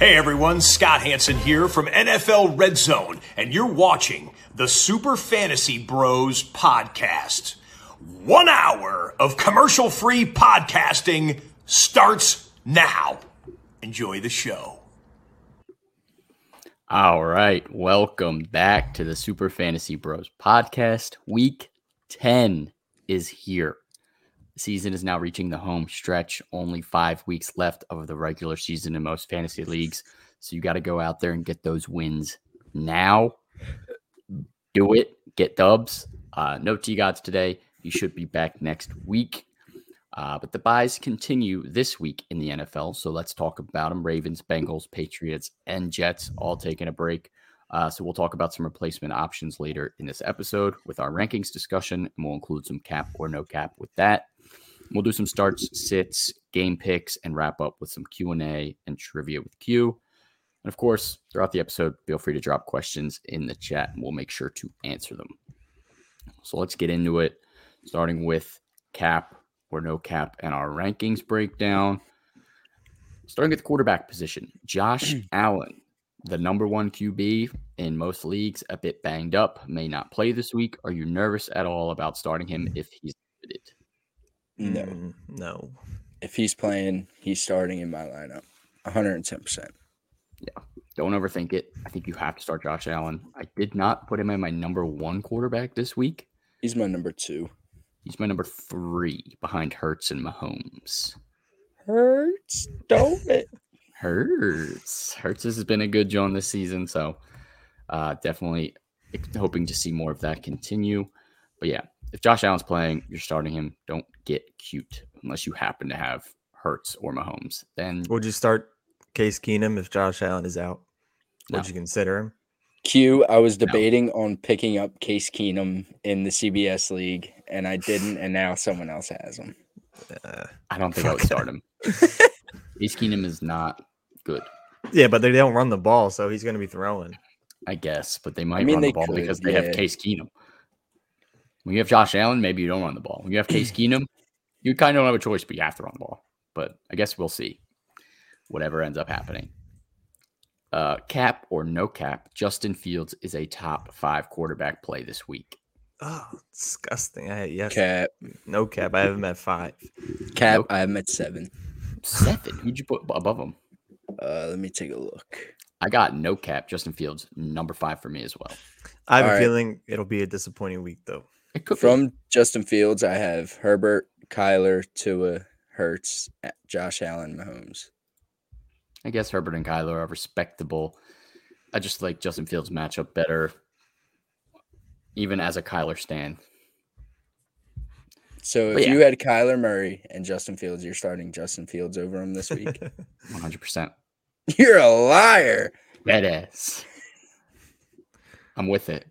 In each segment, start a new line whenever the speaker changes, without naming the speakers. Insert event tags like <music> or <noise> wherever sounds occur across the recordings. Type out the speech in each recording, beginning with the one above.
Hey everyone, Scott Hansen here from NFL Red Zone, and you're watching the Super Fantasy Bros podcast. One hour of commercial free podcasting starts now. Enjoy the show.
All right. Welcome back to the Super Fantasy Bros podcast. Week 10 is here. The season is now reaching the home stretch. Only five weeks left of the regular season in most fantasy leagues. So you got to go out there and get those wins now. Do it. Get dubs. Uh, no T gods today. You should be back next week. Uh, but the buys continue this week in the NFL. So let's talk about them Ravens, Bengals, Patriots, and Jets all taking a break. Uh, so we'll talk about some replacement options later in this episode with our rankings discussion, and we'll include some cap or no cap with that. We'll do some starts, sits, game picks, and wrap up with some Q and A and trivia with Q. And of course, throughout the episode, feel free to drop questions in the chat, and we'll make sure to answer them. So let's get into it, starting with cap or no cap and our rankings breakdown. Starting at the quarterback position, Josh Allen, the number one QB in most leagues, a bit banged up, may not play this week. Are you nervous at all about starting him if he's limited?
No.
Mm, no.
If he's playing, he's starting in my lineup. 110%.
Don't overthink it. I think you have to start Josh Allen. I did not put him in my number one quarterback this week.
He's my number two.
He's my number three behind Hertz and Mahomes.
Hurts. <laughs> Don't it?
Hurts. Hurts has been a good John this season, so uh, definitely ex- hoping to see more of that continue. But yeah, if Josh Allen's playing, you're starting him. Don't get cute unless you happen to have Hurts or Mahomes. Then
Would you start Case Keenum if Josh Allen is out? Would
No.
you consider him?
Q, I was debating on picking up Case Keenum in the CBS league, and I didn't, and now someone else has him.
Uh,
I don't think I would start him. Ace Keenum is not good,
yeah, but they don't run the ball, so he's going to be throwing.
I guess, but they might
mean,
run the
they
ball
could,
because they
yeah.
have Case Keenum. When you have Josh Allen, maybe you don't run the ball. When you have
<clears throat>
Case Keenum, you kind of don't have a choice, but you have to run the ball. But I guess we'll see whatever ends up happening. Uh, cap or no cap, Justin Fields is a top five quarterback play this week.
Oh, disgusting. I yes,
Cap,
no cap. I have him at five.
Cap,
Nope.
I am at seven.
Seven. Who'd you put above him?
Uh, let me take a look.
I got no cap. Justin Fields, number five for me as well.
I have a
All right.
feeling it'll be a disappointing week, though.
It could be.
From Justin Fields, I have Herbert, Kyler, Tua, Hurts, A- Josh Allen, Mahomes.
I guess Herbert and Kyler are respectable. I just like Justin Fields' matchup better, even as a Kyler stand.
So if
But
you had Kyler Murray and Justin Fields, you're starting Justin Fields over him this week.
100%.
<laughs> you're a liar.
Badass. I'm with it.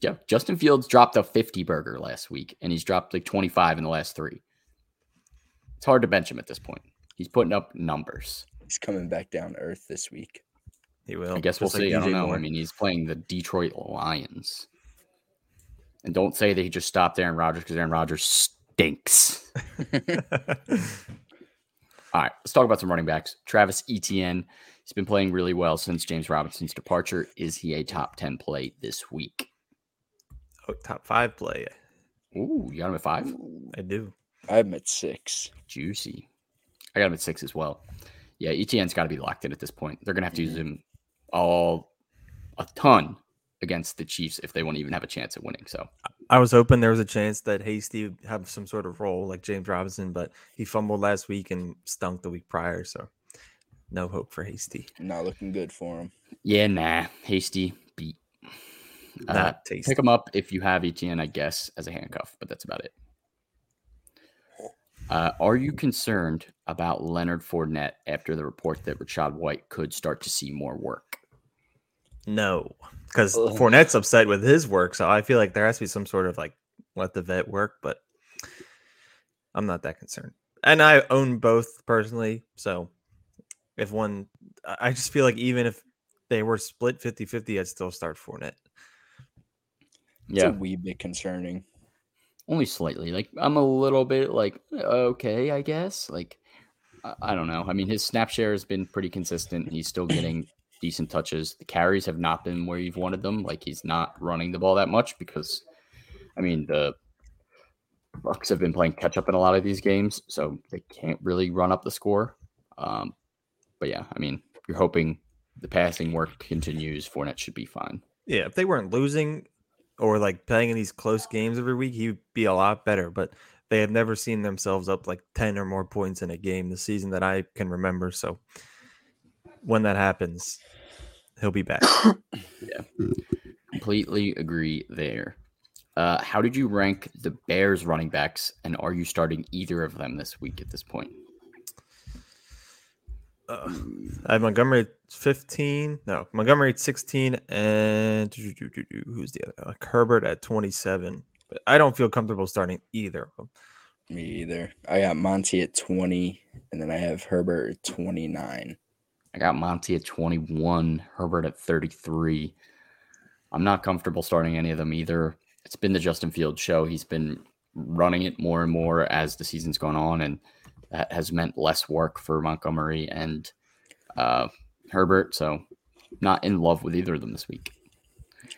Ju- Justin Fields dropped a 50 burger last week, and he's dropped like 25 in the last three. It's hard to bench him at this point. He's putting up numbers.
He's coming back down to earth this week.
He will.
I guess we'll
just like
see. I don't
DJ
know. I
Moore.
mean, he's playing the Detroit Lions. And don't say that he just stopped Aaron Rodgers because Aaron Rodgers stinks. <laughs> All right, let's talk about some running backs. Travis Etienne, he's been playing really well since James Robinson's departure. Is he a top 10 play this week?
Oh, top five play.
Ooh, you got him at five?
I do.
I'm at six.
Juicy. I got him at six as well. Yeah, E Etienne's got to be locked in at this point. They're going to have to use him all a ton against the Chiefs if they want to even have a chance at winning. So
I was hoping there was a chance that Hasty would have some sort of role like James Robinson, but he fumbled last week and stunk the week prior, so no hope for Hasty.
Not looking good for him.
Yeah, nah. Hasty beat.
Not
Uh,
tasty.
pick him up if you have ETN, I guess, as a handcuff, but that's about it. Uh, are you concerned about Leonard Fournette after the report that Rashad White could start to see more work?
No, because
Ugh.
Fournette's upset with his work, so I feel like there has to be some sort of like let the vet work, but I'm not that concerned. And I own both personally, so if one, I I just feel like even if they were split 50 50, I'd still start Fournette.
It's
Yeah,
a wee bit concerning.
only slightly. Like I'm a little bit like okay, I guess. Like I- I don't know. I mean, his snap share has been pretty consistent. He's still getting decent touches. The carries have not been where you've wanted them. Like he's not running the ball that much because, I mean, the Bucks have been playing catch up in a lot of these games, so they can't really run up the score. Um, but yeah, I mean, you're hoping the passing work continues. Fournette should be fine.
Yeah, if they weren't losing or like playing in these close games every week, he would be a lot better. But they have never seen themselves up like 10 or more points in a game this season that I can remember. So when that happens, he'll be back.
Completely agree there. Uh, how did you rank the Bears running backs, and are you starting either of them this week at this point?
Uh, I have Montgomery at 15. No, Montgomery at 16. And who's the other? Like Herbert at 27. But I don't feel comfortable starting either of them.
Me either. I got Monty at 20, and then I have Herbert at 29.
I got Monty at 21, Herbert at 33. I'm not comfortable starting any of them either. It's been the Justin Fields show. He's been running it more and more as the season's gone on, and that has meant less work for Montgomery and uh, Herbert. So, not in love with either of them this week.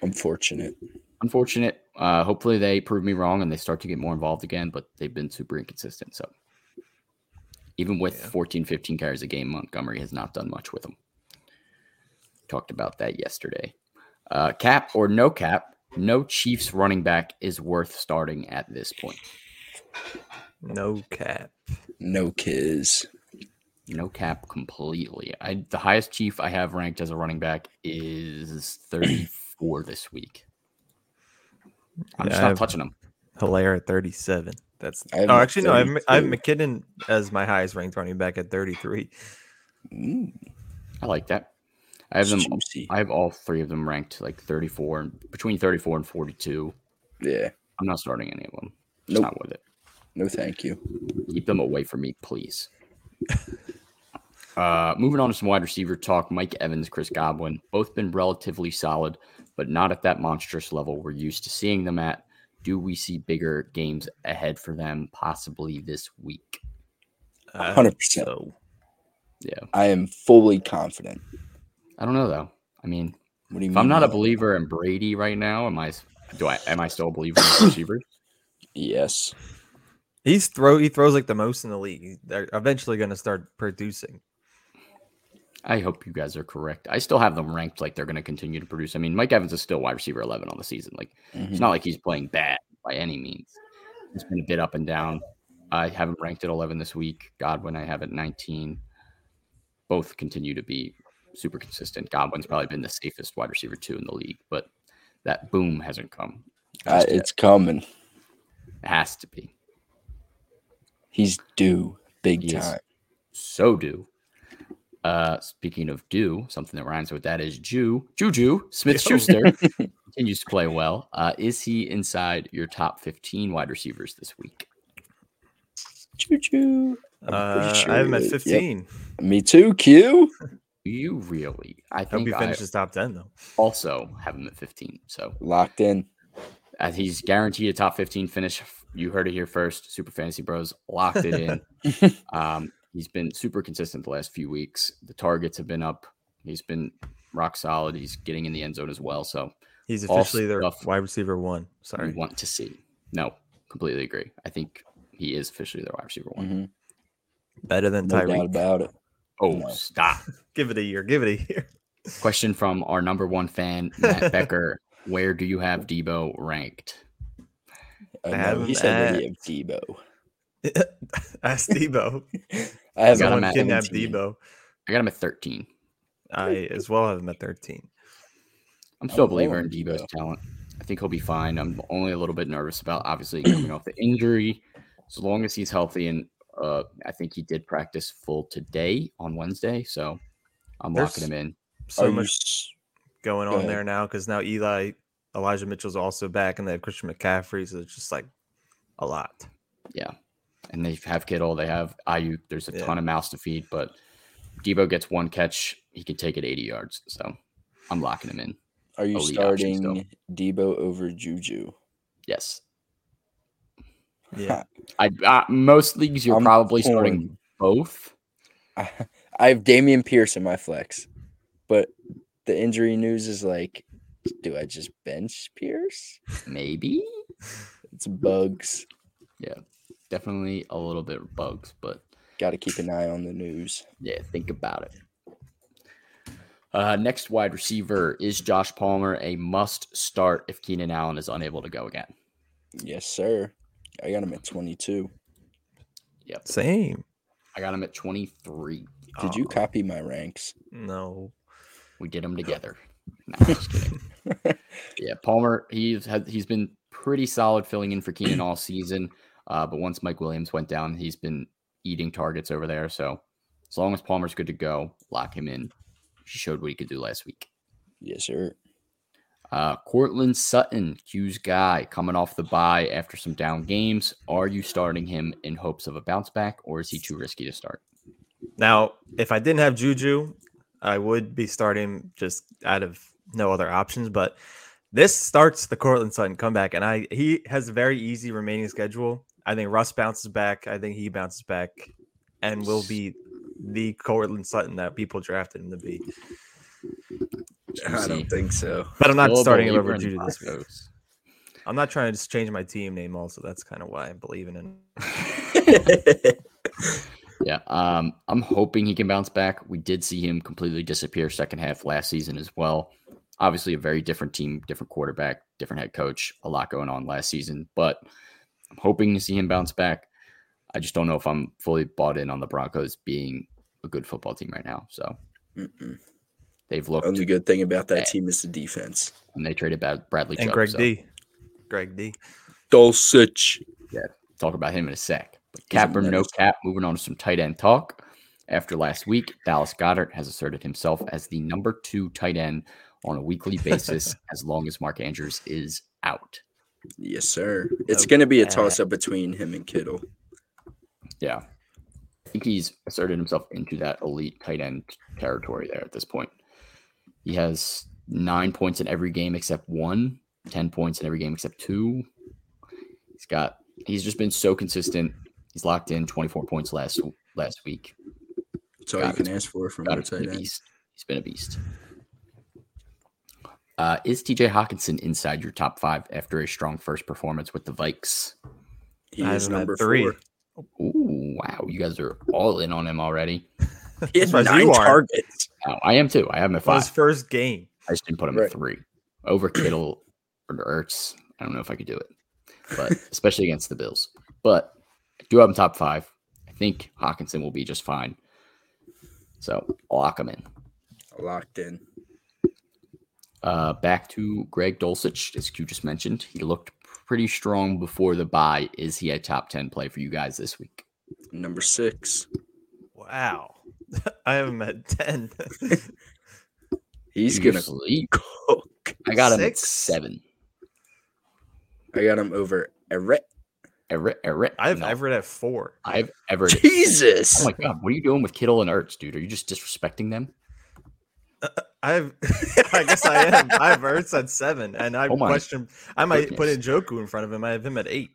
Unfortunate.
Unfortunate. Uh, hopefully, they prove me wrong and they start to get more involved again, but they've been super inconsistent. So, even with
Yeah.
14, 15 carries a game, Montgomery has not done much with them. Talked about that yesterday. Uh, cap or no cap, no Chiefs running back is worth starting at this point.
No cap.
No kids.
No cap completely. I, the highest Chief I have ranked as a running back is 34 this week. I'm
Yeah,
just
I
not
have-
touching him.
Hilaire at 37. That's
I have
oh,
him at
actually no. I have, I have
32.
McKinnon as my highest ranked running back at 33.
Ooh,
I like that. I have them.
juicy.
I have all three of them ranked like 34 and between 34 and 42.
Yeah.
I'm not starting any of them. It's
Nope.
Not with it.
No, thank you.
Keep them away from me, please. uh, moving on to some wide receiver talk. Mike Evans, Chris Godwin, both been relatively solid, but not at that monstrous level we're used to seeing them at. Do we see bigger games ahead for them, possibly this week?
Uh,
100%.
so
Yeah,
I am fully confident.
I don't know though. I mean,
What do you
if
mean?
I'm not a
no?
believer in Brady right now, am I? Do I? Am I still a believer in receivers?
Yes.
he's throw he throws like the most in the league. They're eventually going to start producing.
I hope you guys are correct. I still have them ranked like they're going to continue to produce. I mean, Mike Evans is still wide receiver 11 on the season. Like, it's
Mhm.
not like he's playing bad by any means. He's been a bit up and down. I have him ranked at 11 this week. Godwin, I have at 19. Both continue to be super consistent. Godwin's probably been the safest wide receiver two in the league, but that boom hasn't come.
I,
Just yet.
it's coming.
it has to be.
He's due big
He is.
time.
So do. Uh, speaking of do, something that rhymes with that is Jew. Juju Smith
<laughs>
Schuster continues to play well. Uh, is he inside your top 15 wide receivers this week?
Choo choo. I'm pretty
Uh,
sure
I have him
he
at
is. Yep.
15.
Me too, Q.
Do you really? I
I hope
think
he
I
finishes top 10 though.
also have him at 15. So
Locked in.
uh, he's guaranteed a top 15 finish. You heard it here first. Super Fantasy Bros locked it
<laughs>
in. um, he's been super consistent the last few weeks. The targets have been up. He's been rock solid. He's getting in the end zone as well. So
He's
All
officially their
stuff.
wide receiver one.
we
Sorry.
want to see. No, completely agree. I think he is officially their wide receiver one.
Mhm.
Better than
No doubt
Tyreek.
about it.
Oh,
No.
stop.
Give it a year. Give it a year.
<laughs>
<laughs>
Question from our number one fan, <laughs> Matt Becker. Where do you have Debo ranked?
I
I have
know.
him
He said that he
at-
have Debo. <laughs>
Ask Debo.
I have
got him
Someone
at
kidnapped
17.
Debo.
I got him at 13.
I as well have him at 13.
I'm still a
I'm
believer in
rolling with
Debo's
Debo.
talent. I think he'll be fine. I'm only a little bit nervous about obviously coming off the injury. As long as he's healthy, and uh, I think he did practice full today on Wednesday, so I'm locking
There's-
him in.
So
Are you
much
s-
going
Go
on
ahead.
there now because now Eli Elijah Mitchell's also back and they have Christian McCaffrey, so it's just like a lot.
And they have Kittle, they have Ayuk. There's a
Yeah.
ton of mouths to feed, but Debo gets one catch, he can take it 80 yards. So I'm locking him in.
Are you
elite option still.
starting Debo over Juju? <laughs>
Yes,
Yeah,
I uh, most leagues you're
I'm
probably
torn.
starting both.
I, I have Damian Pierce in my flex, but the injury news is like, do I just bench Pierce?
Maybe.
It's bugs.
Yeah. Definitely a little bit of bugs, but
Got to keep an eye on the news.
Yeah, think about it. Uh, next wide receiver is Josh Palmer a must start if Keenan Allen is unable to go again.
Yes, sir. I got him at 22.
Yep,
<laughs> Same.
I got him at twenty three.
Did you
Aw,
copy my ranks?
No.
We did them
<laughs>
together. No, I'm just kidding. yeah, Palmer. He's had he's been pretty solid filling in for Keenan all season. Uh, but once Mike Williams went down, he's been eating targets over there. So as long as Palmer's good to go, lock him in. He showed what he could do last week.
Yes, sir.
Uh, Cortland Sutton, Q's guy, coming off the bye after some down games. Are you starting him in hopes of a bounce back, or is he too risky to start?
Now, if I didn't have Juju, I would be starting just out of no other options. But this starts the Cortland Sutton comeback, and I he has a very easy remaining schedule. I think Russ bounces back. I think he bounces back, and will be the Cortland Sutton that people drafted him to be.
I don't
think so.
But I'm not
Still a
starting him
believer
over
in
Juju this week.
Broncos.
I'm not trying to just change my team name. Also, that's kind of why I'm believing in.
Yeah, um, I'm hoping he can bounce back. We did see him completely disappear second half last season as well. Obviously, a very different team, different quarterback, different head coach, a lot going on last season. But I'm hoping to see him bounce back. I just don't know if I'm fully bought in on the Broncos being a good football team right now. So
Mm-mm.
they've looked
Only good thing about that team is the defense.
and they traded Bad- Bradley
And
Chubb,
Greg
so
D. Greg D.
Dulcich.
Talk about him in a sec. But
He's a
cap or no
menace.
cap, moving on to some tight end talk. After last week, Dallas Goddard has asserted himself as the number two tight end on a weekly
<laughs>
basis as long as Mark Andrews is out.
Yes, sir. It's
Okay.
going to be a toss up between him and Kittle.
Yeah. I think he's asserted himself into that elite tight end territory there at this point. He has nine points in every game except one, 10 points in every game except two. He's got, he's just been so consistent. He's locked in 24 points last last week.
That's all
Got
you can ask for from your
Goddard's been
tight
a
end.
beast. He's been a beast. Uh, is TJ Hawkinson inside your top five after a strong first performance with the Vikes?
He
I
is
have him at
number
three.
<laughs>
four.
Ooh, wow. You guys are all in on him already.
He had
As far as
nine
you are.
targets.
Oh, I am too. I have him at
Well, his
five.
first game.
I just didn't put him
Right.
at three. Over Kittle or Ertz. I don't know if I could do it,
<laughs>
but especially against the Bills. But I do have him top five. I think Hawkinson will be just fine. So I'll lock him in.
Locked in.
Uh, back to Greg Dulcich, as Q just mentioned, he looked pretty strong before the buy. Is he a top ten play for you guys this week?
Number six.
Wow. <laughs> I have him at <laughs> 10.
He's
You
going to
sleep.
cook.
I got him at
six?
seven.
I got him over Everett.
Everett, Everett,
I have
no,
Everett at four.
I've
<laughs>
Everett. at-
Jesus.
Oh my god, what are you doing with Kittle and Ertz, dude? Are you just disrespecting them?
I have, <laughs> I guess I am. I have Ertz at seven, and I
Oh my
question. I might put in
goodness.
Joku in front of him. I have him at eight.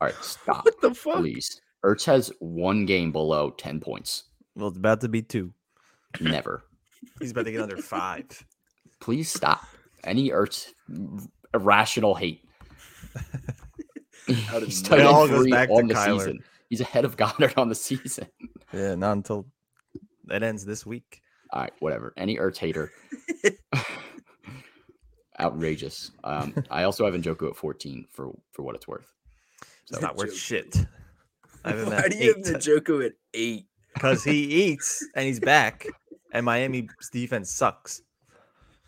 All right, stop,
<laughs> what the fuck?
please. Ertz has one game below ten
<laughs>
points.
Well, it's about to be two.
Never.
He's about to get under five.
Please stop. Any Ertz irrational hate.
How
<laughs>
did
He's
It
tied
all goes
three
back to
on the
Kyler.
season. He's ahead of <laughs> Goddard on the season.
Yeah, not until that ends this week.
All right, whatever. Any Ertz hater. Outrageous. Um, I also have Njoku at 14 for for what it's worth.
It's not worth
Joku.
shit. I have
<laughs>
him
Why
at
do you have
eight
Njoku at eight?
because he eats and he's back, and Miami's defense sucks.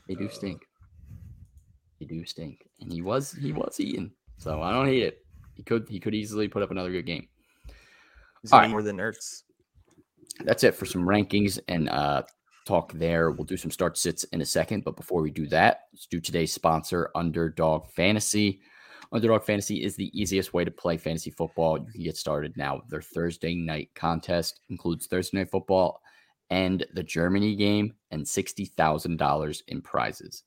They do stink. They do stink. And he was he was eating. So I don't hate it. He could he could easily put up another good game.
He's
All
got
right.
more than Ertz.
that's it for some rankings and uh, talk there. We'll do some start sits in a second. But before we do that, let's do today's sponsor, Underdog Fantasy. Underdog Fantasy is the easiest way to play fantasy football. You can get started now. with Their Thursday night contest includes Thursday night football and the Germany game and $60,000 in prizes.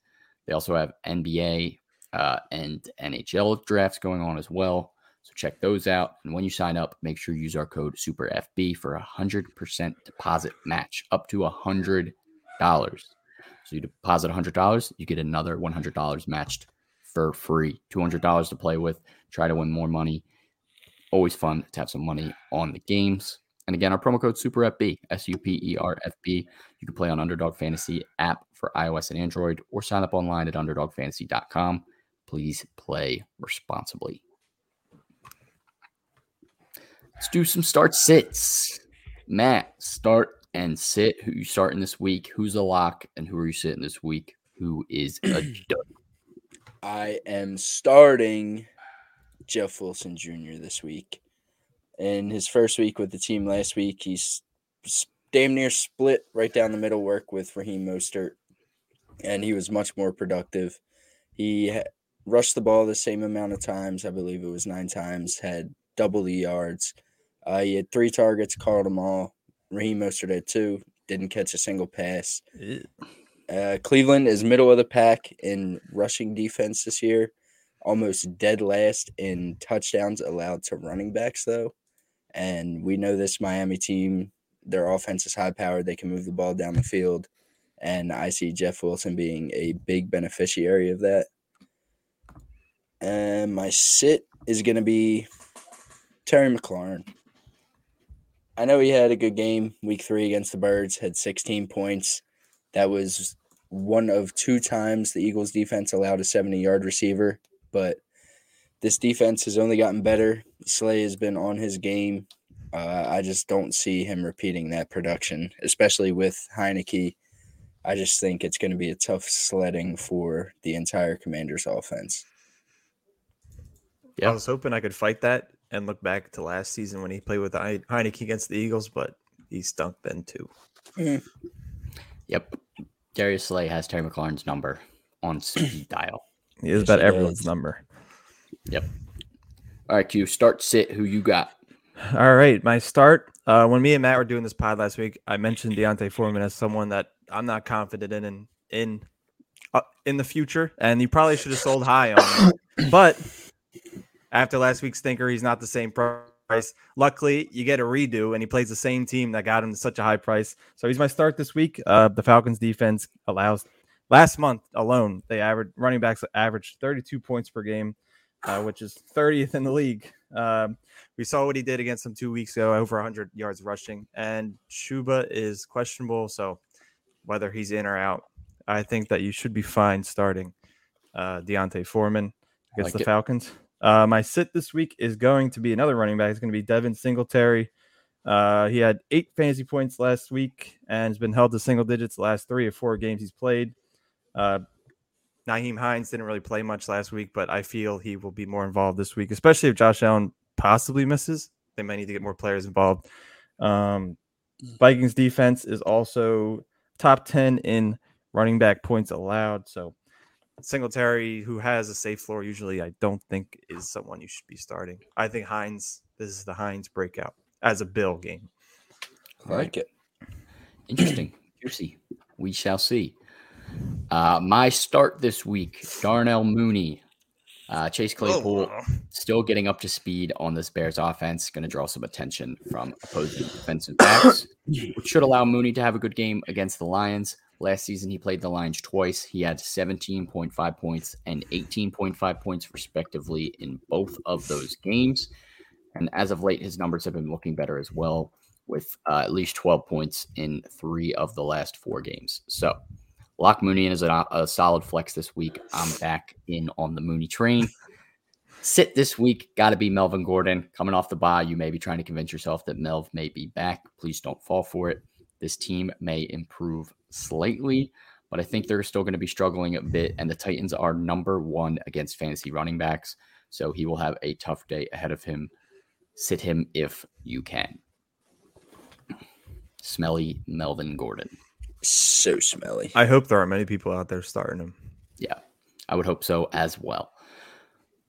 They also have NBA uh, and NHL drafts going on as well. So check those out. And when you sign up, make sure you use our code SUPERFB for a 100% deposit match up to $100. So you deposit $100, you get another $100 matched for free. $200 to play with, try to win more money. Always fun to have some money on the games. And again, our promo code SUPERFB, S U P E R F B. You can play on Underdog Fantasy app for iOS and Android or sign up online at underdogfantasy.com. Please play responsibly. Let's do some start sits. Matt, start and sit. Who you starting this week? Who's a lock and who are you sitting this week? Who is a dud?
I am starting Jeff Wilson Jr. this week. In his first week with the team last week, he's s- damn near split right down the middle work with Raheem Mostert, and he was much more productive. He ha- rushed the ball the same amount of times, I believe it was nine times, had double the yards. Uh, he had three targets, called them all. Raheem Mostert had two, didn't catch a single pass. Uh, Cleveland is middle of the pack in rushing defense this year, almost dead last in touchdowns allowed to running backs, though. And we know this Miami team, their offense is high powered. They can move the ball down the field. And I see Jeff Wilson being a big beneficiary of that. And my sit is going to be Terry McLaurin. I know he had a good game week three against the Birds, had 16 points. That was one of two times the Eagles defense allowed a 70 yard receiver, but this defense has only gotten better. Slay has been on his game. Uh, I just don't see him repeating that production, especially with Heineke. I just think it's going to be a tough sledding for the entire Commanders offense.
Yeah.
I was hoping I could fight that and look back to last season when he played with Heine- Heineke against the Eagles, but he stunk then too.
Yep. Darius Slay has Terry McLaurin's number on speed <clears throat> dial.
He is
Yes,
about
he
everyone's
does.
number.
All right, Q, start sit. Who you got?
All right, my start. Uh, when me and Matt were doing this pod last week, I mentioned Deontay Foreman as someone that I'm not confident in in in, uh, in the future, and you probably should have sold high on him. But after last week's stinker, he's not the same price. Luckily, you get a redo, and he plays the same team that got him to such a high price. So he's my start this week. Uh, the Falcons' defense allows. Last month alone, they average running backs averaged 32 points per game, uh, which is 30th in the league. Um, we saw what he did against them two weeks ago, over 100 yards rushing. And Chuba is questionable, so whether he's in or out, I think that you should be fine starting uh, Deontay Foreman
I
against
like
the
it.
Falcons. Uh, my sit this week is going to be another running back. It's going to be Devin Singletary. Uh, he had eight fantasy points last week and has been held to single digits the last three or four games he's played. Uh, Naheem Hines didn't really play much last week, but I feel he will be more involved this week, especially if Josh Allen possibly misses. They might need to get more players involved. Um, Vikings defense is also top 10 in running back points allowed. So Singletary, who has a safe floor usually, I don't think is someone you should be starting. I think Hines, this is the Hines breakout as a Bill game.
I like it.
Interesting. Juicy. We shall see. Uh, my start this week, Darnell Mooney. Uh,
Oh,
Chase Claypool still getting up to speed on this Bears offense, going to draw some attention from opposing defensive backs, which should allow Mooney to have a good game against the Lions. Last season, he played the Lions twice. He had 17.5 points and 18.5 points, respectively, in both of those games. And as of late, his numbers have been looking better as well, with uh, at least 12 points in three of the last four games. So, Lock Mooney in is a, a solid flex this week. I'm back in on the Mooney train. Sit this week, got to be Melvin Gordon. Coming off the bye, you may be trying to convince yourself that Melv may be back. Please don't fall for it. This team may improve slightly, but I think they're still going to be struggling a bit. And the Titans are number one against fantasy running backs. So he will have a tough day ahead of him. Sit him if you can. Smelly Melvin Gordon.
So smelly.
I hope there are many people out there starting him.
Yeah, I would hope so as well.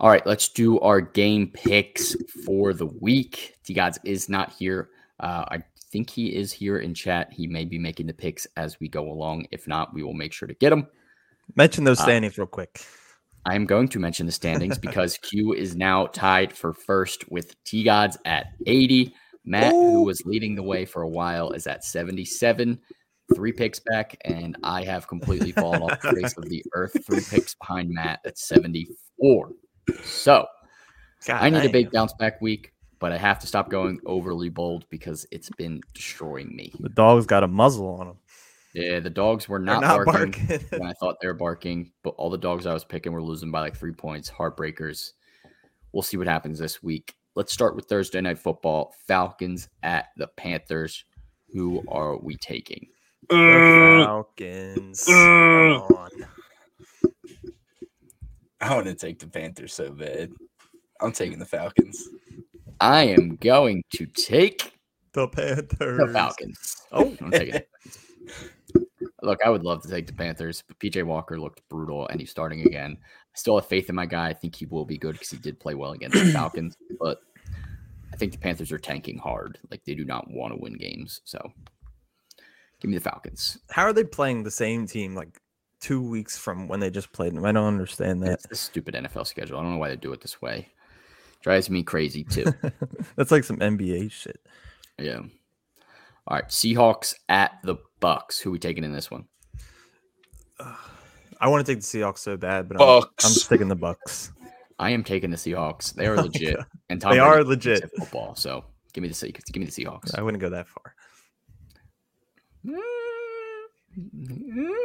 All right, let's do our game picks for the week. D Gods is not here. Uh, I think he is here in chat. He may be making the picks as we go along. If not, we will make sure to get him.
Mention those
Uh,
standings real quick.
I am going to mention the
<laughs>
standings because Q is now tied for first with T Gods at 80. Matt, who was leading the way for a while, is at 77, three picks back, and I have completely fallen off the face
<laughs>
of the earth, three picks behind Matt at 74. So
God
I need a
damn.
big bounce back week, but I have to stop going overly bold because it's been destroying me.
The dog's got a muzzle on him.
Yeah, the dogs were
They're
not,
not
barking.
barking. <laughs>
when I thought they were barking, but all the dogs I was picking were losing by like three points. Heartbreakers. We'll see what happens this week. Let's start with Thursday night football. Falcons at the Panthers. Who are we taking?
The Falcons. Come on.
I want to take the Panthers so bad. I'm taking the Falcons.
I am going to take
The Panthers.
the Falcons.
Oh,
I'm taking the Falcons. Look, I would love to take the Panthers, but PJ Walker looked brutal and he's starting again. I still have faith in my guy. I think he will be good because he did play well against the Falcons, but I think the Panthers are tanking hard. Like they do not want to win games. So give me the Falcons.
how are they playing the same team like two weeks from when they just played them? I don't understand that.
That's the stupid NFL schedule. I don't know why they do it this way. Drives me crazy too.
<laughs> That's like some NBA shit.
yeah. All right. Seahawks at the Bucks. Who we taking in this one?
I want to take the Seahawks so bad, but I'm, I'm
Bucks.
sticking the Bucks.
I am taking the Seahawks.
<laughs>
They are legit,
Oh God.
and
They
Brady
are
can
legit.
hit football. So give me the Se- give me the Seahawks.
I wouldn't go that far.
Mm-hmm.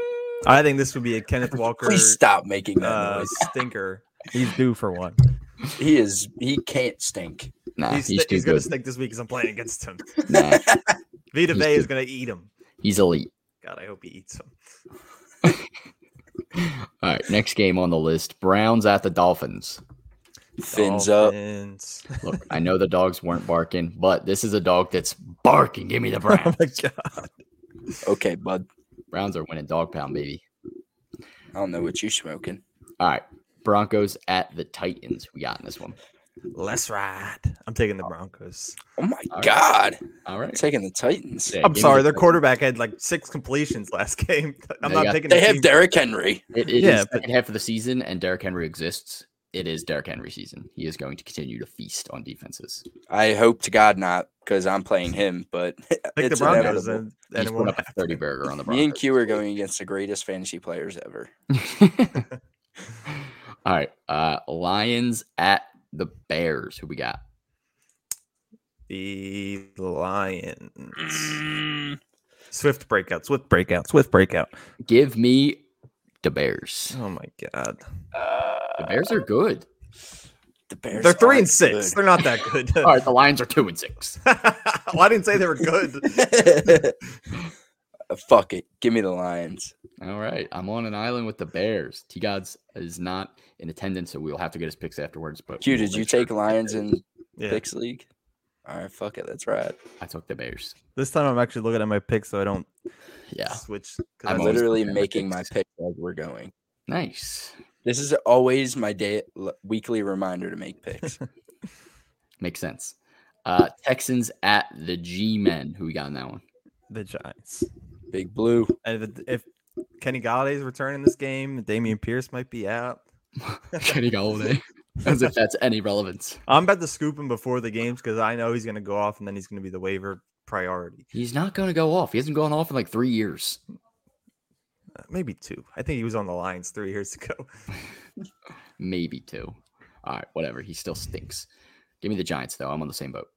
I think this would be a Kenneth Walker
Please stop making that
uh,
noise.
stinker. He's due for one.
He is. He can't stink.
Nah,
he's
Ah, he's,
sti-
too
he's gonna
good.
stink this week because I'm playing against him.
Nah,
<laughs> Vita
He's
Vey is
good.
gonna eat him.
he's elite.
God, I hope he eats him.
All right, next game on the list: Browns at the Dolphins.
Fins up.
Dolphins.
Look, I know the dogs weren't barking, but this is a dog that's barking. Give me the
<laughs> Oh
Browns.
my god.
Okay, bud.
Browns are winning dog pound, baby.
I don't know what you're smoking.
All right, Broncos at the Titans. We got in this one.
Let's ride. I'm taking the Broncos.
Oh my
All right.
god!
All right.
Taking the Titans.
Yeah, give
I'm
me
sorry,
the
their
Titans.
quarterback had like six completions last <laughs> game. I'm
They
not
got-
taking.
They
the
have
team-
Derrick Henry.
It is
Yeah,
the
but-
second half of the season, and Derrick Henry exists. It is Derrick Henry season. He is going to continue to feast on defenses.
I hope to God not, because I'm playing him. But <laughs>
Pick the
it's
Broncos
inevitable.
and, and
He's
it
put
won't <laughs>
up a
happen.
thirty burger on the
<laughs> Me and
Broncos.
Q are going against the greatest fantasy players ever.
<laughs> All right, uh, Lions at the Bears. Who we got?
The Lions. Swift breakout, swift breakout, swift breakout.
Give me the Bears.
Oh my god.
The Bears are good.
The Bears.
They're three
aren't
and six.
good.
They're not that good.
<laughs>
Uh,
All right, the Lions are two and six.
<laughs> well, I didn't say they
<laughs>
were good.
<laughs> Uh, Fuck it. Give me the Lions.
All right, I'm on an island with the Bears. T Gods is not in attendance, so we'll have to get his picks afterwards. But
Q,
we will
did you
make sure
take
to get
Lions
those.
in
Yeah.
picks league? All right, fuck it. That's right.
I took the Bears.
This time I'm actually looking at my picks so I don't
Yeah,
switch. 'cause
I'm
I'm
that's-
always
literally
looking at my
making my
picks.
pick as we're going.
nice.
This is always my day l- weekly reminder to make picks.
<laughs>
Makes sense. Uh, Texans at the G Men. Who we got in that one?
the Giants.
Big Blue.
And if, if Kenny Galladay's returning this game, Damian Pierce might be out.
Kenny Galladay. As if that's any relevance.
I'm about to scoop him before the games because I know he's going to go off and then he's going to be the waiver priority.
He's not going to go off. He hasn't gone off in like three years.
Uh, Maybe two. I think he was on the Lions three years ago. <laughs>
Maybe two. All right, whatever. He still stinks. Give me the Giants though. I'm on the same boat.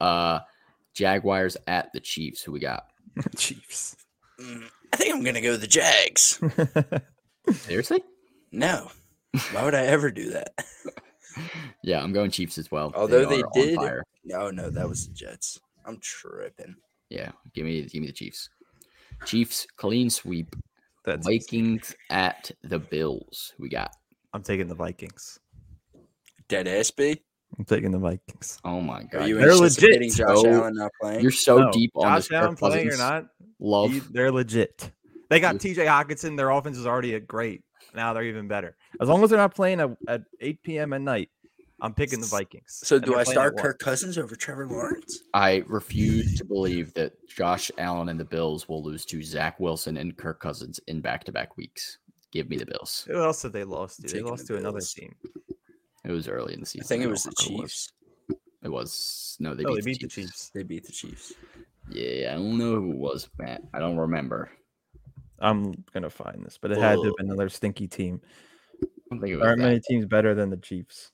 Uh, Jaguars at the Chiefs. Who we got?
Chiefs.
Mm, I think I'm gonna go the Jags.
Seriously?
No. Why would I ever do that? <laughs>
Yeah, I'm going Chiefs as well.
Although they
are on
did-
fire.
No, no, that was the Jets. I'm tripping.
Yeah, give me give me the Chiefs. Chiefs clean sweep.
That's
Vikings at the Bills. Who we got?
I'm taking the Vikings.
Dead ass B.
I'm taking the Vikings.
Oh my god.
Are you
you're
They're
anticipating
legit.
Josh
So-
Allen not playing?
You're so
No,
deep on
Josh
this. Kirk
Allen playing or
Cousins
not,
Love.
he- they're legit. They got
You-
T.J. Hawkinson. Their offense is already a great. Now they're even better. As long as they're not playing at, at 8 p.m. at night, I'm picking the Vikings.
so
and
do
they're
I
playing at
start
one.
Kirk Cousins over Trevor Lawrence?
I refuse to believe that Josh Allen and the Bills will lose to Zach Wilson and Kirk Cousins in back to back weeks. Give me the Bills.
Who else did they lost to? They
Taking
lost
the
to another
Bills.
team.
It was early in the
I
season.
think it
don't
was the
remember who it
Chiefs.
It was no, they
oh,
beat,
they beat the Chiefs.
They beat the Chiefs.
Yeah, I don't know who it was, Matt. I don't remember.
I'm gonna find this, but it had to have
Ugh.
been another stinky team.
I don't think it
There
was
aren't
that.
many teams better than the Chiefs.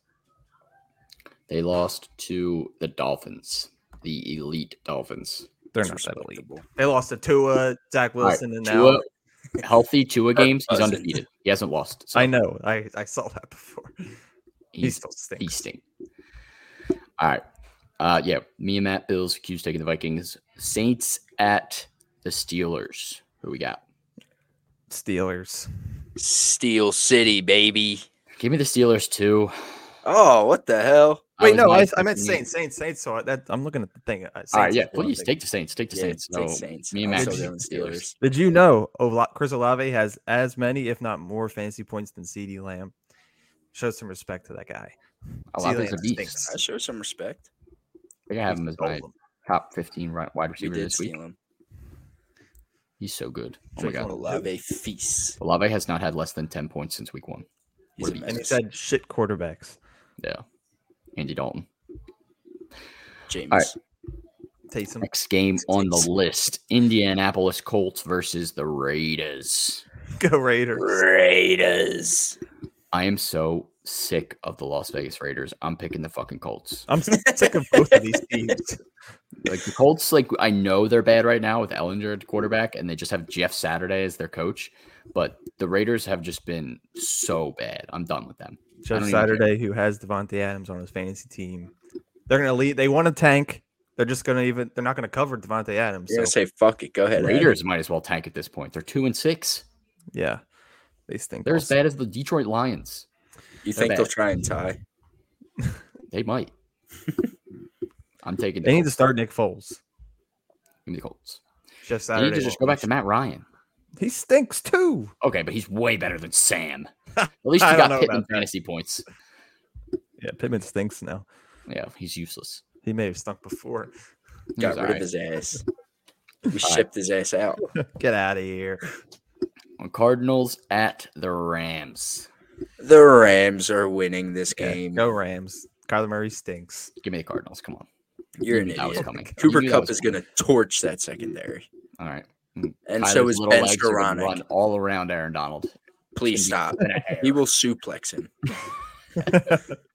They lost to the Dolphins, the elite Dolphins.
They're
It's
not that elite.
respectable.
They lost to Tua, Zach
All right,
Wilson, and now
Tua, healthy Tua games, he's
Cousins.
undefeated. He hasn't lost. So
I know. I, I saw that before. <laughs> He
he's
still stinks.
feasting. All right. Uh, yeah, me and Matt Bills, Q's taking the Vikings. Saints at the Steelers. Who we got?
Steelers.
Steel City, baby.
Give me the Steelers too.
Oh, what the hell?
I
Wait,
was
no,
not
I, I meant
expecting it.
Saints. Saints. Saints. So that I'm looking at the thing. uh, Saints
All right, yeah,
is the one
please
thing.
take the Saints. Take the Saints.
Yeah,
No,
take Saints.
me and
I'm
Max
so
are
down
going
with
Steelers.
Did you know Ola- Chris Olave has as many, if not more, fantasy points than CD Lamb? Show some respect to that guy.
Olave's a
Steelers
beast.
stinks.
I show some respect.
I think I have
He
him as
stole
my
them.
top 15 ri- wide
We
receiver
did
this week.
steal him.
He's so good. Oh my
Drake
god.
London.
Olave feast.
Olave has not had less than 10 points since week one.
He's a
And
And he
menace.
said shit quarterbacks.
Yeah. Andy Dalton.
James.
All right.
Taysom. <laughs>
Next game on the list Indianapolis Colts versus the Raiders.
Go Raiders.
Raiders.
I am so sick of the Las Vegas Raiders. I'm picking the fucking Colts. <laughs>
I'm sick of both of these teams.
Like the Colts, like I know they're bad right now with Ellinger at quarterback, and they just have Jeff Saturday as their coach. But the Raiders have just been so bad. I'm done with them.
Jeff
don't even care.
Saturday, who has Devontae Adams on his fantasy team. They're gonna lead. They want to tank. They're just gonna even. They're not gonna cover Devontae Adams.
You're gonna
so-
say fuck it. Go ahead. Adam.
Raiders might as well tank at this point. They're two and six.
yeah, they stink.
They're as
also.
bad as the Detroit Lions.
You
They're
think they'll
bad.
try and tie?
They
<laughs>
might. I'm taking the
They need to
Colts.
start Nick Foles.
Give me the Colts.
Jeff
They need
Saturday.
to just go back to Matt Ryan.
He stinks too.
Okay, but he's way better than
<laughs>
Sam. At least
I
he
don't
got
know
Pittman
about that.
fantasy points.
Yeah, Pittman stinks now.
Yeah, he's useless.
He may have stunk before.
He was
Got rid
alright.
of
<laughs>
his ass. We
right.
shipped his ass
<laughs>
out.
Get out of here.
Cardinals at the Rams.
The Rams are winning this
Yeah,
game.
Go Rams. Kyler Murray stinks. <laughs>
Give me the Cardinals. Come on.
You're an
That was
idiot.
coming. You
Cooper
knew that
Cup
was
is
coming.
gonna torch that secondary.
All right.
And
Tyler's
so is
little
Ben
legs are gonna
Skoranek.
Run all around Aaron Donald.
Please stop.
<laughs>
He will suplex him.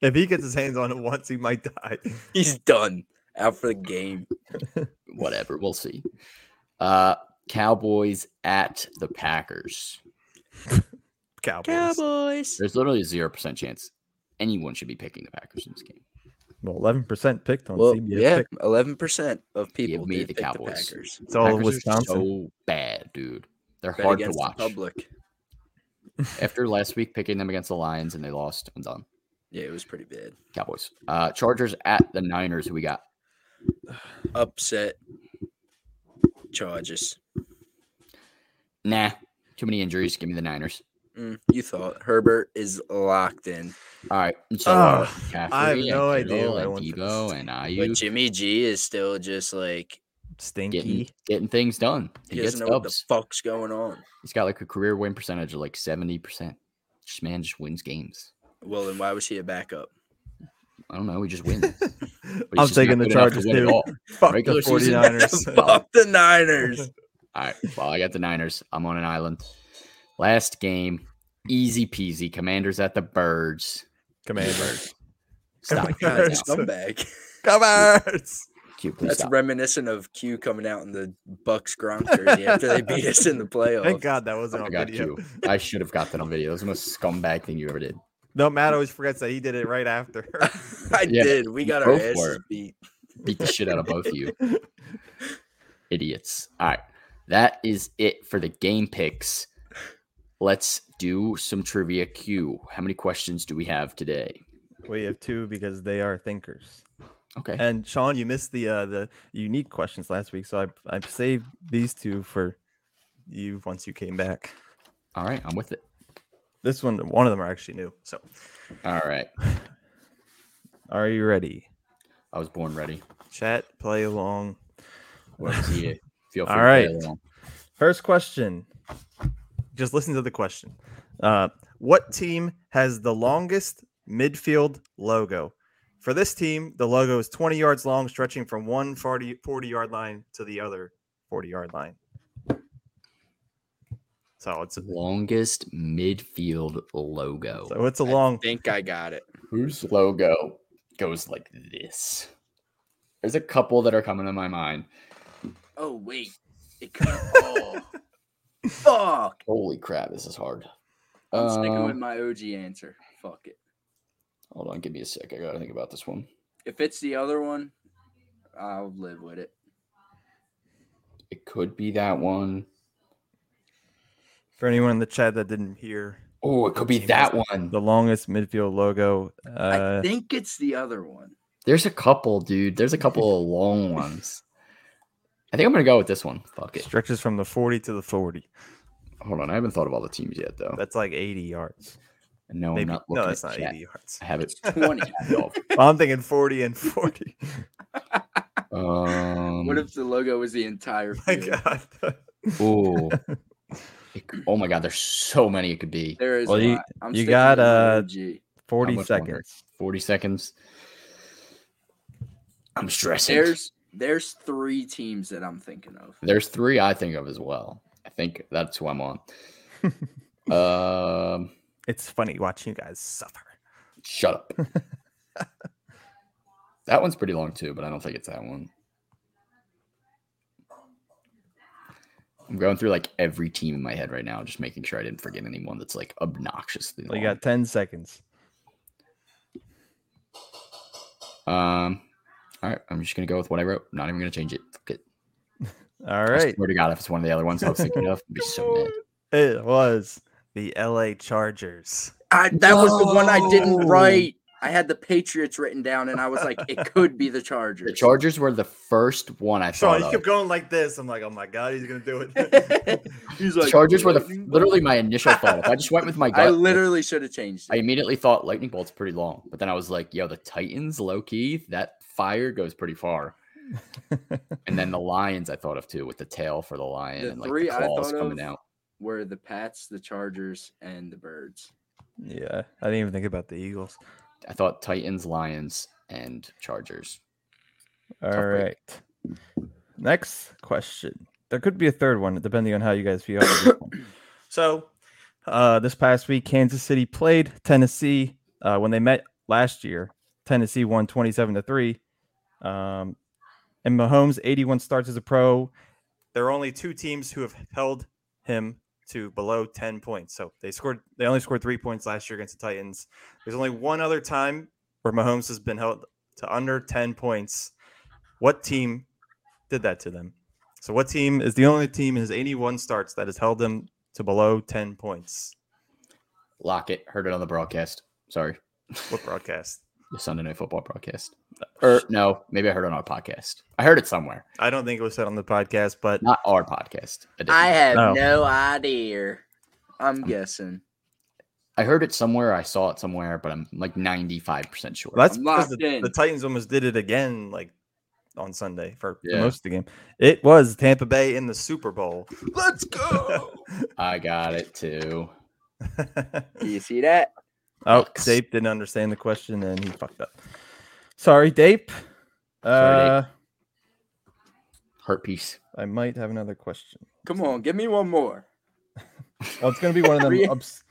if he gets his hands on it once, he might die. <laughs>
He's done. Out for the game.
Whatever. We'll see. Uh Cowboys at the Packers.
Cowboys.
Cowboys.
There's literally a zero percent chance anyone should be picking the Packers in this game.
Well, eleven percent picked on
Well,
CBS.
yeah,
pick.
eleven percent of people
me
did
the
pick
Cowboys.
the Packers.
It's all of
Packers are
Oh, Wisconsin.
so bad, dude. They're
Bet
hard to
against the
watch.
public.
<laughs> After last week picking them against the Lions and they lost, I'm done.
Yeah, it was pretty bad.
Cowboys. Uh Chargers at the Niners. Who we got?
Upset. Charges.
Nah. Too many injuries. Give me the Niners.
Mm, you thought Herbert is locked in,
All right. and So
Ugh,
McCaffrey
I have
and
no idea
Kittle
what I
and
want for this
Debo
team.
and
but
Ayuk
Jimmy G is still just like
Stinky.
getting,
<laughs>
getting things done. He,
he
gets
doesn't know what the
dubs.
fuck's going on.
He's got like a career win percentage of like seventy percent. This man just wins games.
Well, then why was he a backup?
I don't know. He just
<laughs>
wins. But he's
I'm
just not
taking the
good enough to
Chargers
win at
too.
all.
Fuck the
Regular season. <laughs>
49ers.
Fuck <laughs> the Niners.
All right. Well, I got the Niners. I'm on an island. Last game, easy peasy. Commanders at the Birds.
Commanders.
Stop.
<laughs>
it
God,
Right
Commanders.
now.
scumbag.
Commanders.
Q, please
That's
stop.
reminiscent of Q coming out in the Bucks Gronk jersey after they beat us in the playoffs.
Thank God that
Oh
wasn't
my
on
God,
video.
Q. I should have got that on video. That was the most scumbag thing you ever did.
<laughs> No, Matt always forgets that he did it right after.
<laughs>
<laughs>
I
Yeah,
did. We got
go
our
for
asses
it.
beat.
Beat the shit out of both of
<laughs>
you. Idiots. All right. That is it for the game picks. Let's do some trivia Q. How many questions do we have today?
we have two because they are thinkers.
Okay.
And Sean, you missed the uh, the unique questions last week, so I I saved these two for you once you came back.
All right. I'm with it.
This one, one of them are actually new. So,
All right.
are you ready?
I was born ready. Chat.
Chat, play along.
Feel free. to
All
play
right.
along.
First question. Just listen to the question. Uh, what team has the longest midfield logo? For this team, the logo is 20 yards long, stretching from one 40, 40 yard line to the other 40 yard line. So it's a,
Longest midfield logo.
so it's a
I
long.
think I got it.
whose logo goes like this? There's a couple that are coming to my mind.
Oh wait, it could. Oh, <laughs> fuck!
Holy crap, this is hard.
I'm sticking with
Um,
my OG answer. Fuck it.
Hold on, give me a sec. I gotta think about this one.
If it's the other one, I'll live with it.
It could be that one.
For anyone in the chat that didn't hear,
Oh, it could be
Team
that one.
the longest midfield logo.
I
Uh,
think it's the other one.
There's a couple, dude. There's a couple <laughs> of long ones. I think I'm gonna go with this one. Fuck it.
stretches from the 40 to the 40.
Hold on, I haven't thought of all the teams yet, though.
That's like 80 yards.
And no,
Maybe
I'm not looking
no, that's
at
not
chat.
80 yards.
I have it.
<laughs>
It's twenty.
<laughs> twelve.
Well, I'm thinking 40 and 40.
um,
what if the logo was the entire?
<laughs>
<laughs>
My
field?
God.
ooh. It c- oh my God, there's so many it could be.
There is.
Well,
a
you-
lot. I'm
you
sticking
got,
with my
uh,
OG.
40
much longer?
seconds.
40 seconds. I'm stressing. There's,
There's there's three teams that I'm thinking of.
three I think of as well. I think that's who I'm on.
<laughs>
um,
It's funny watching you guys suffer.
shut up. <laughs> that one's pretty long too, but I don't think it's that one. I'm going through like every team in my head right now, just making sure I didn't forget anyone that's like obnoxiously
Well,
long.
you got 10 seconds.
um, all right, I'm just gonna go with what I wrote. Not even gonna change it. Fuck it.
All
I
right.
swear to God, if it's one of the other ones I was thinking of, I'd be
<laughs>
so mad.
It was the LA Chargers.
I, that was the one I didn't
Oh.
No.
write. I had the Patriots written down, and I was like, it could be the Chargers.
The Chargers were the first one I
Sean,
thought
you
of.
kept going like this. I'm like, oh my God, he's going to do it.
He's
The
like,
Chargers were the
"Lightning bolt?"
literally my initial thought. If I just went with
<laughs>
my gut,
I literally should have changed
I
it.
immediately thought lightning bolt's pretty long, but then I was like, yo, the Titans, low key, that fire goes pretty far. and then the Lions, I thought of too, with the tail for the lion
The
and like
three
the
I
claws
thought
coming
of-
out.
Were the Pats, the Chargers, and the Birds?
<laughs> yeah. I didn't even think about the Eagles.
I thought Titans, Lions, and Chargers.
All
Tough break.
right. Next question. There could be a third one, depending on how you guys feel. about this one. <coughs> so, uh, this past week, Kansas City played Tennessee. Uh, when they met last year, Tennessee won 27 to 3. Um, and Mahomes, 81 starts as a pro. There are only two teams who have held him to below 10 points. So they scored, they only scored three points last year against the Titans. There's only one other time where Mahomes has been held to under 10 points. What team did that to them? So, what team is the only team in his 81 starts that has held them to below 10 points?
Lockett, heard it on the broadcast. Sorry,
What broadcast?
the Sunday Night Football broadcast. Or no, maybe I heard it on our podcast. I heard it somewhere,
I don't think it was said on the podcast, but
not our podcast. a different
I have
Oh.
no idea. I'm guessing.
I heard it somewhere. I saw it somewhere, but I'm like 95% sure.
that's
I'm
because
locked
the,
in.
the Titans almost did it again, like on Sunday for the
Yeah.
most of the game. It was Tampa Bay in the Super Bowl. <laughs>
Let's go.
I got it too.
Do you see that?
oh,
Bucks.
Dave didn't understand the question and he fucked up. Sorry, Dave. Uh,
Sorry, Heart piece.
I might have another question.
Come on, give me one more.
Well, it's gonna be one
<laughs>
of them.
Re-
obs-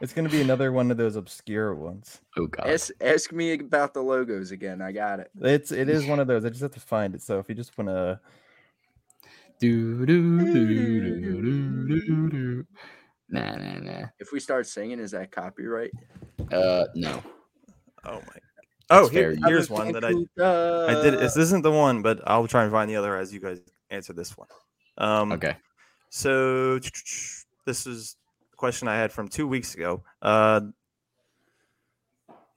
it's gonna be another one of those obscure ones.
Oh god.
Ask, ask me about the logos again. I got it.
It's it is one <laughs> of those. I just have to find it. So if you just wanna,
Do, do, do, do, do, do, do. Nah, nah,
If we start singing, is that copyright?
nah. Uh, no.
oh my, oh
It's
here,
very
here's one that I I did. This isn't the one, but I'll try and find the other as you guys answer this one. Um,
Okay.
So this is a question I had from two weeks ago. Uh,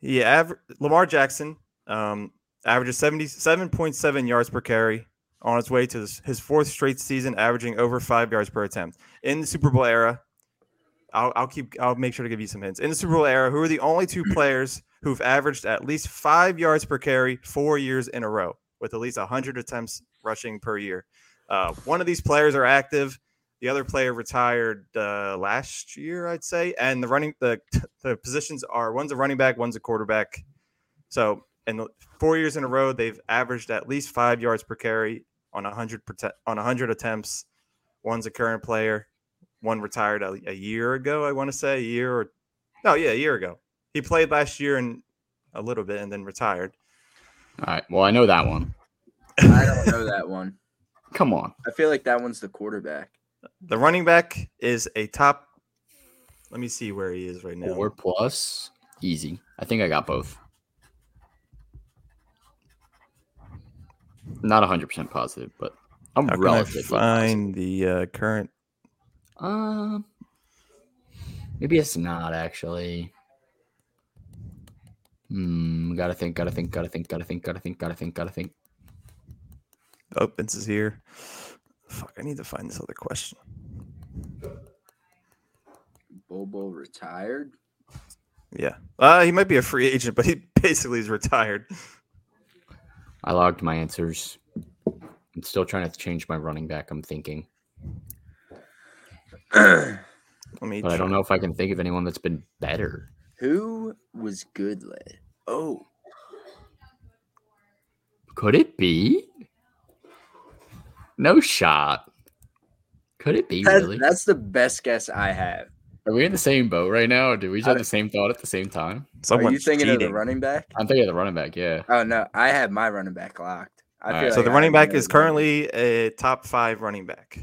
he aver- Lamar Jackson um, averages seventy-seven point seven yards per carry on his way to his- his fourth straight season, averaging over five yards per attempt in the Super Bowl era. I'll, I'll keep. I'll make sure to give you some hints. In the Super Bowl era, who are the only two players who've averaged at least five yards per carry four years in a row, with at least hundred attempts rushing per year? Uh, one of these players are active. The other player retired uh, last year, I'd say. And the running the <laughs> the positions are one's a running back, one's a quarterback. So in the four years in a row, they've averaged at least five yards per carry on hundred on hundred attempts. One's a current player, one retired a, a year ago. I want to say a year or no, yeah, a year ago. He played last year and a little bit, and then retired.
All right. Well, I know that one.
<laughs>
I don't know that one.
Come on.
I feel like that one's the quarterback.
The running back is a top. Let me see where he is right now.
Four plus. Easy. I think I got both. Not 100% positive, but I'm
How can I
relatively
find the uh, current?
positive. Um, maybe it's not actually. Hmm. Gotta think. Gotta think. Gotta think. Gotta think. Gotta think. Gotta think. Gotta think.
Oh, this is here. Fuck, I need to find this other question.
Bobo retired.
Yeah, uh, he might be a free agent, <laughs> but he basically is retired.
I logged my answers. I'm still trying to change my running back. I'm thinking,
Let me.
but I don't know if I can think of anyone that's been better.
Who was good last? Oh,
Could it be? No shot. Could it be
that-
really?
that's the best guess I have.
Are we in the same boat right now? Or do we just
I-
have the same thought at the same time?
Someone's
Are you thinking of
cheating.
the running back?
I'm thinking of the running back. Yeah.
Oh no, I have my running back locked. I
All
feel
right,
So
like
the
I
running
know
back is
that.
currently a top five running back.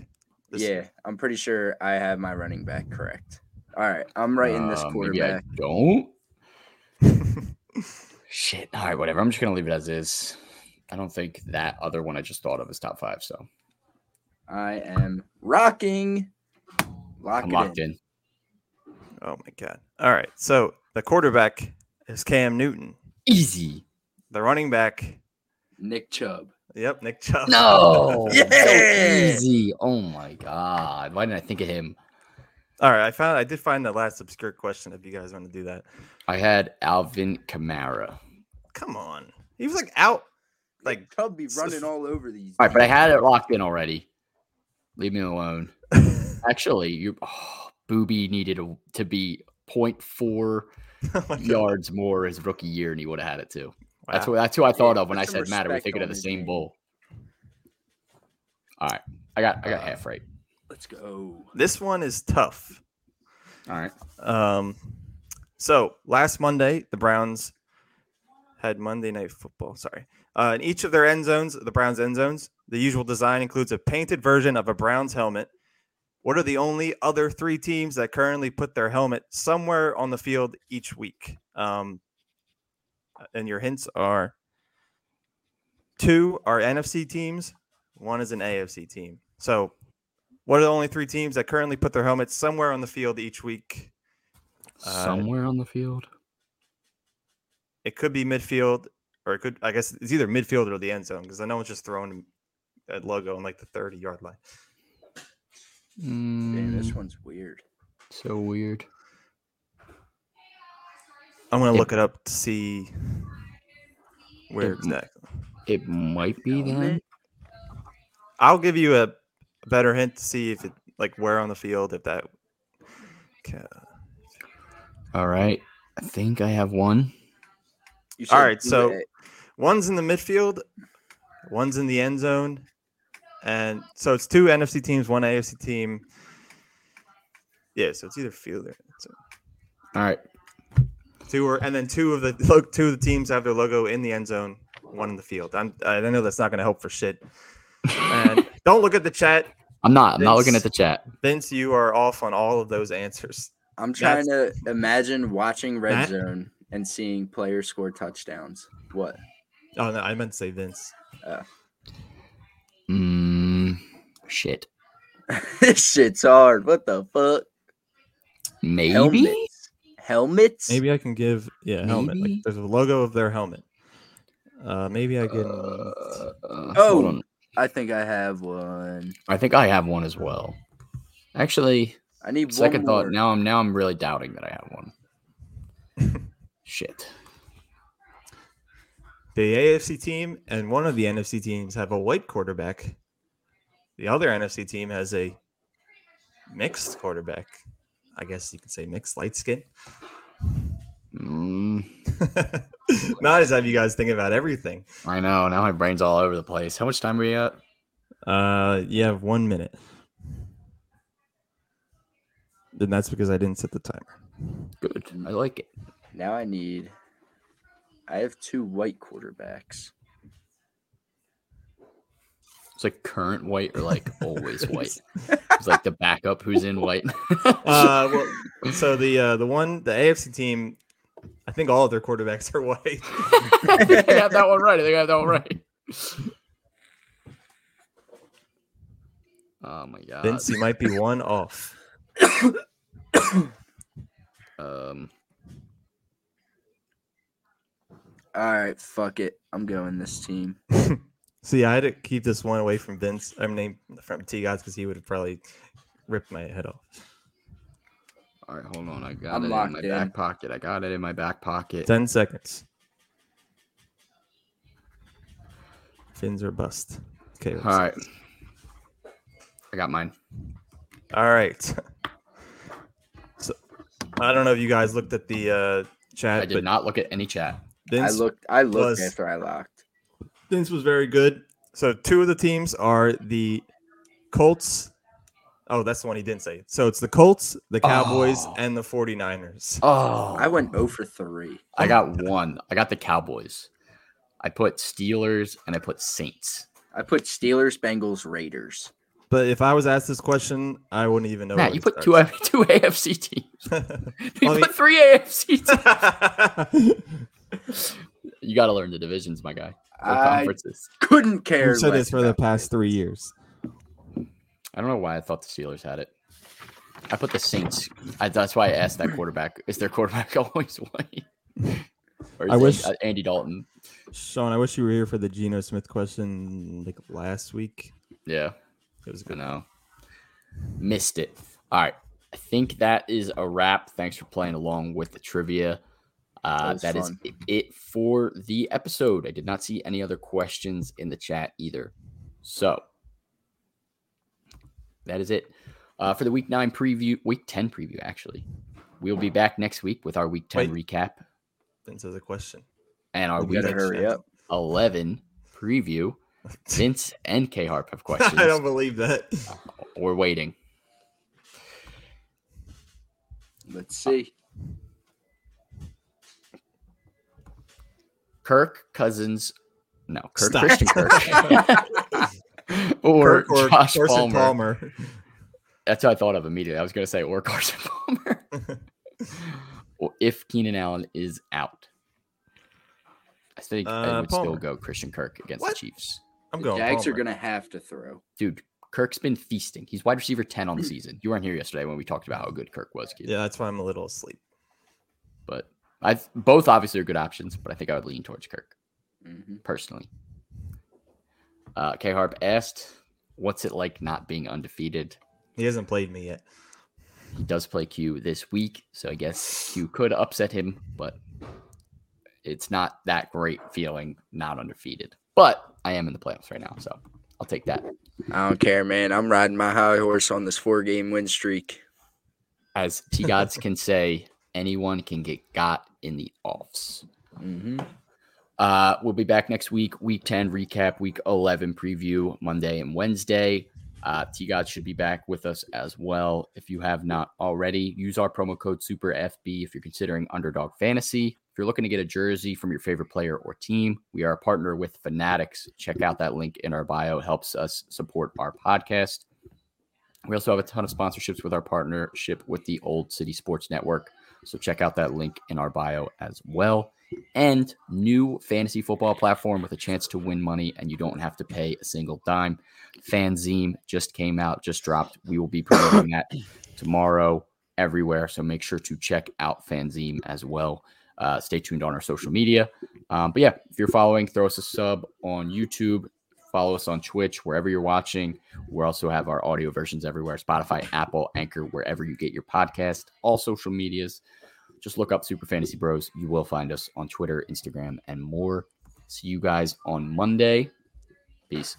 this
Yeah, I'm pretty sure I have my running back correct. All right, I'm writing this
Uh, maybe I
quarterback.
don't. Shit. All right. Whatever. I'm just gonna leave it as is. I don't think that other one I just thought of is top five. So
I am rocking. Lock
I'm
it
locked
in.
in.
<laughs> Oh my god! All right, so the quarterback is Cam Newton.
Easy.
The running back,
Nick Chubb.
yep, Nick Chubb.
No. So
<laughs> Yeah.
easy. Oh my god. Why didn't I think of him?
All right, I found I did find the last obscure question. If you guys want to do that,
I had Alvin Kamara.
come on. He was like out. Like
Nick Chubb be
s-
running all over these.
All right, but I had it locked in already. Leave me
<laughs>
alone. Actually, you oh, Booby needed a, to be
<laughs>
0.4
oh my God.
yards more his rookie year, and he would have had it too. That's
Wow.
what that's who I thought
Yeah,
of when
put
I
some
said Matt. Are we
respect
thinking
on
of the
his
same
name.
bowl? All right, I got I got
Uh,
half right.
Let's go.
This one is tough.
All
uh,
right,
Um, so last Monday, the Browns had Monday Night Football. Sorry. Uh, in each of their end zones, the Browns' end zones, the usual design includes a painted version of a Browns helmet. What are the only other three teams that currently put their helmet somewhere on the field each week? Um, and your hints are two are NFC teams, one is an AFC team. So, what are the only three teams that currently put their helmets somewhere on the field each week? Uh,
somewhere on the field.
it could be midfield or it could i guess it's either midfield or the end zone because i know it's just throwing that logo on like the 30 yard line
Damn, this
Mm,
one's weird.
so weird.
i'm gonna
Yep.
look it up to see where
Yep.
exactly
It might be them.
i'll give you a better hint to see if it like where on the field if that okay.
All right, I think I have one.
You
All
said
right, so-
two A-
one's in the midfield one's in the end zone and so it's two nfc teams one afc team yeah so it's either field or end zone.
All right,
Two or and then two of the <laughs> look two of the teams have their logo in the end zone, one in the field. I'm, I know that's not going to help for shit.
<laughs>
And don't look at the chat,
I'm not. I'm not looking at
Vince.
the chat.
Vince. You are off on all of those answers.
I'm trying
That's-
to imagine watching Red
Matt?
Zone and seeing players score touchdowns. What? <laughs>
Oh no, I meant to say Vince.
Mm, shit.
this shit's hard. What the fuck?
Maybe.
Helmets. Helmets.
Maybe I can give yeah helmet. Like,
Maybe.
there's a logo of their helmet. Uh, maybe I can.
Uh, hold
Oh.
on.
I think I have one.
I think I have one as well. Actually,
I need
second
one
thought.
more.
Now I'm now I'm really doubting that I have one.
<laughs>
Shit.
the AFC team and one of the NFC teams have a white quarterback. The other NFC team has a mixed quarterback. I guess you could say mixed light skin.
Mm,
now I just have you guys think about everything.
I know. Now my brain's all over the place. How much time are we at?
Uh, you have one minute. And that's because I didn't set the timer.
Good. I like it.
Now I need. I have two white quarterbacks.
It's like current white or like
<laughs>
always white. It's like the backup who's in white. <laughs>
Uh, well, so the uh, the one the AFC team, I think all of their quarterbacks are white.
<laughs> I think I have that one right. I think I have that one right. Oh my god.
Vince, you might be one off.
Um,
All right, fuck it. I'm going this team.
See, I had to keep this one away from Vince. I mean, from T Gods because he would have probably ripped my head off.
all right, hold on. I got
I'm
it in
locked
my
in.
back pocket. I got it in my back pocket.
Ten seconds. Fins are bust. Okay.
All right. I got mine.
All right. So, I don't know if you guys looked at the uh, chat,
I did
but
not look at any chat.
I
Vince,
looked. I looked
was-
after I locked.
Vince was very good. So two of the teams are the Colts. Oh, that's the one he didn't say. So it's the Colts, the Cowboys,
Oh.
and the 49ers.
Oh,
I went 0 for three.
I got one. I got the Cowboys. I put Steelers and I put Saints.
I put Steelers, Bengals, Raiders.
But if I was asked this question, I wouldn't even know.
Matt,
where
you
to
put two <laughs> two AFC teams.
start.
You
Well, I mean-
put three AFC teams.
<laughs>
<laughs> You got to learn the divisions, my guy. Or
I
conferences.
couldn't care.
You've said
less
this for the
about
past three years.
I don't know why I thought the Steelers had it. I put the Saints. I, that's why I asked that quarterback. Is their quarterback <laughs> always white? Or is
I
it,
wish-
uh, Andy Dalton.
Sean, I wish you were here for the Geno Smith question like last week.
Yeah,
It was a
I
good.
know. Missed it. All right. I think that is a wrap. Thanks for playing along with the trivia. Uh,
was
that is
fun.
i- it for the episode. I did not see any other questions in the chat either. So that is it uh, for the week nine preview, week 10 preview, actually. We'll be back next week with our week 10 recap
Vince has a question. <laughs>
and our
You
week
gotta
that. Hurry up.
11
<laughs>
preview. Vince and K Harp have questions.
I don't believe that.
We're waiting.
Let's see.
Kirk Cousins, no, Kirk,
Stop.
Christian
<laughs>
Kirk, or,
Kirk or
Josh
Carson
Palmer.
Palmer.
That's what I thought of immediately. I was going to say or <laughs> Carson
<laughs>
Palmer, or if Keenan Allen is out. I think I
Uh,
would still
Palmer.
go Christian Kirk against
What?
the Chiefs.
I'm
The
going.
Jags are
Palmer.
gonna have to throw.
Dude, Kirk's been feasting. He's wide receiver ten on the season. You weren't here yesterday when we talked about how good Kirk was, kid.
Yeah, that's why I'm a little asleep.
But I both obviously are good options, but I think I would lean towards Kirk.
hmm
personally. Uh, K Harp asked, "What's it like not being undefeated?"
He hasn't played me yet.
He does play Q this week, so I guess Q could upset him, but it's not that great feeling not undefeated. But I am in the playoffs right now, so I'll take that.
I don't care, man. I'm riding my high horse on this four game win streak.
As T Gods can say, anyone can get got in the offs.
Mm-hmm.
Uh, we'll be back next week, week 10 recap, week 11 preview, Monday and Wednesday. Uh, T God should be back with us as well. If you have not already, use our promo code SuperFB if you're considering underdog fantasy. If you're looking to get a jersey from your favorite player or team, we are a partner with Fanatics. Check out that link in our bio, It helps us support our podcast. We also have a ton of sponsorships with our partnership with the Old City Sports Network. So check out that link in our bio as well and new fantasy football platform with a chance to win money and you don't have to pay a single dime. Fanzine just came out, just dropped. We will be <coughs> promoting that tomorrow everywhere. So make sure to check out Fanzine as well. Uh, stay tuned on our social media. Um, but yeah, if you're following, throw us a sub on YouTube. Follow us on Twitch, wherever you're watching. We also have our audio versions everywhere Spotify, Apple, Anchor, wherever you get your podcast, all social medias just look up Super Fantasy Bros. You will find us on Twitter, Instagram, and more. See you guys on Monday. Peace.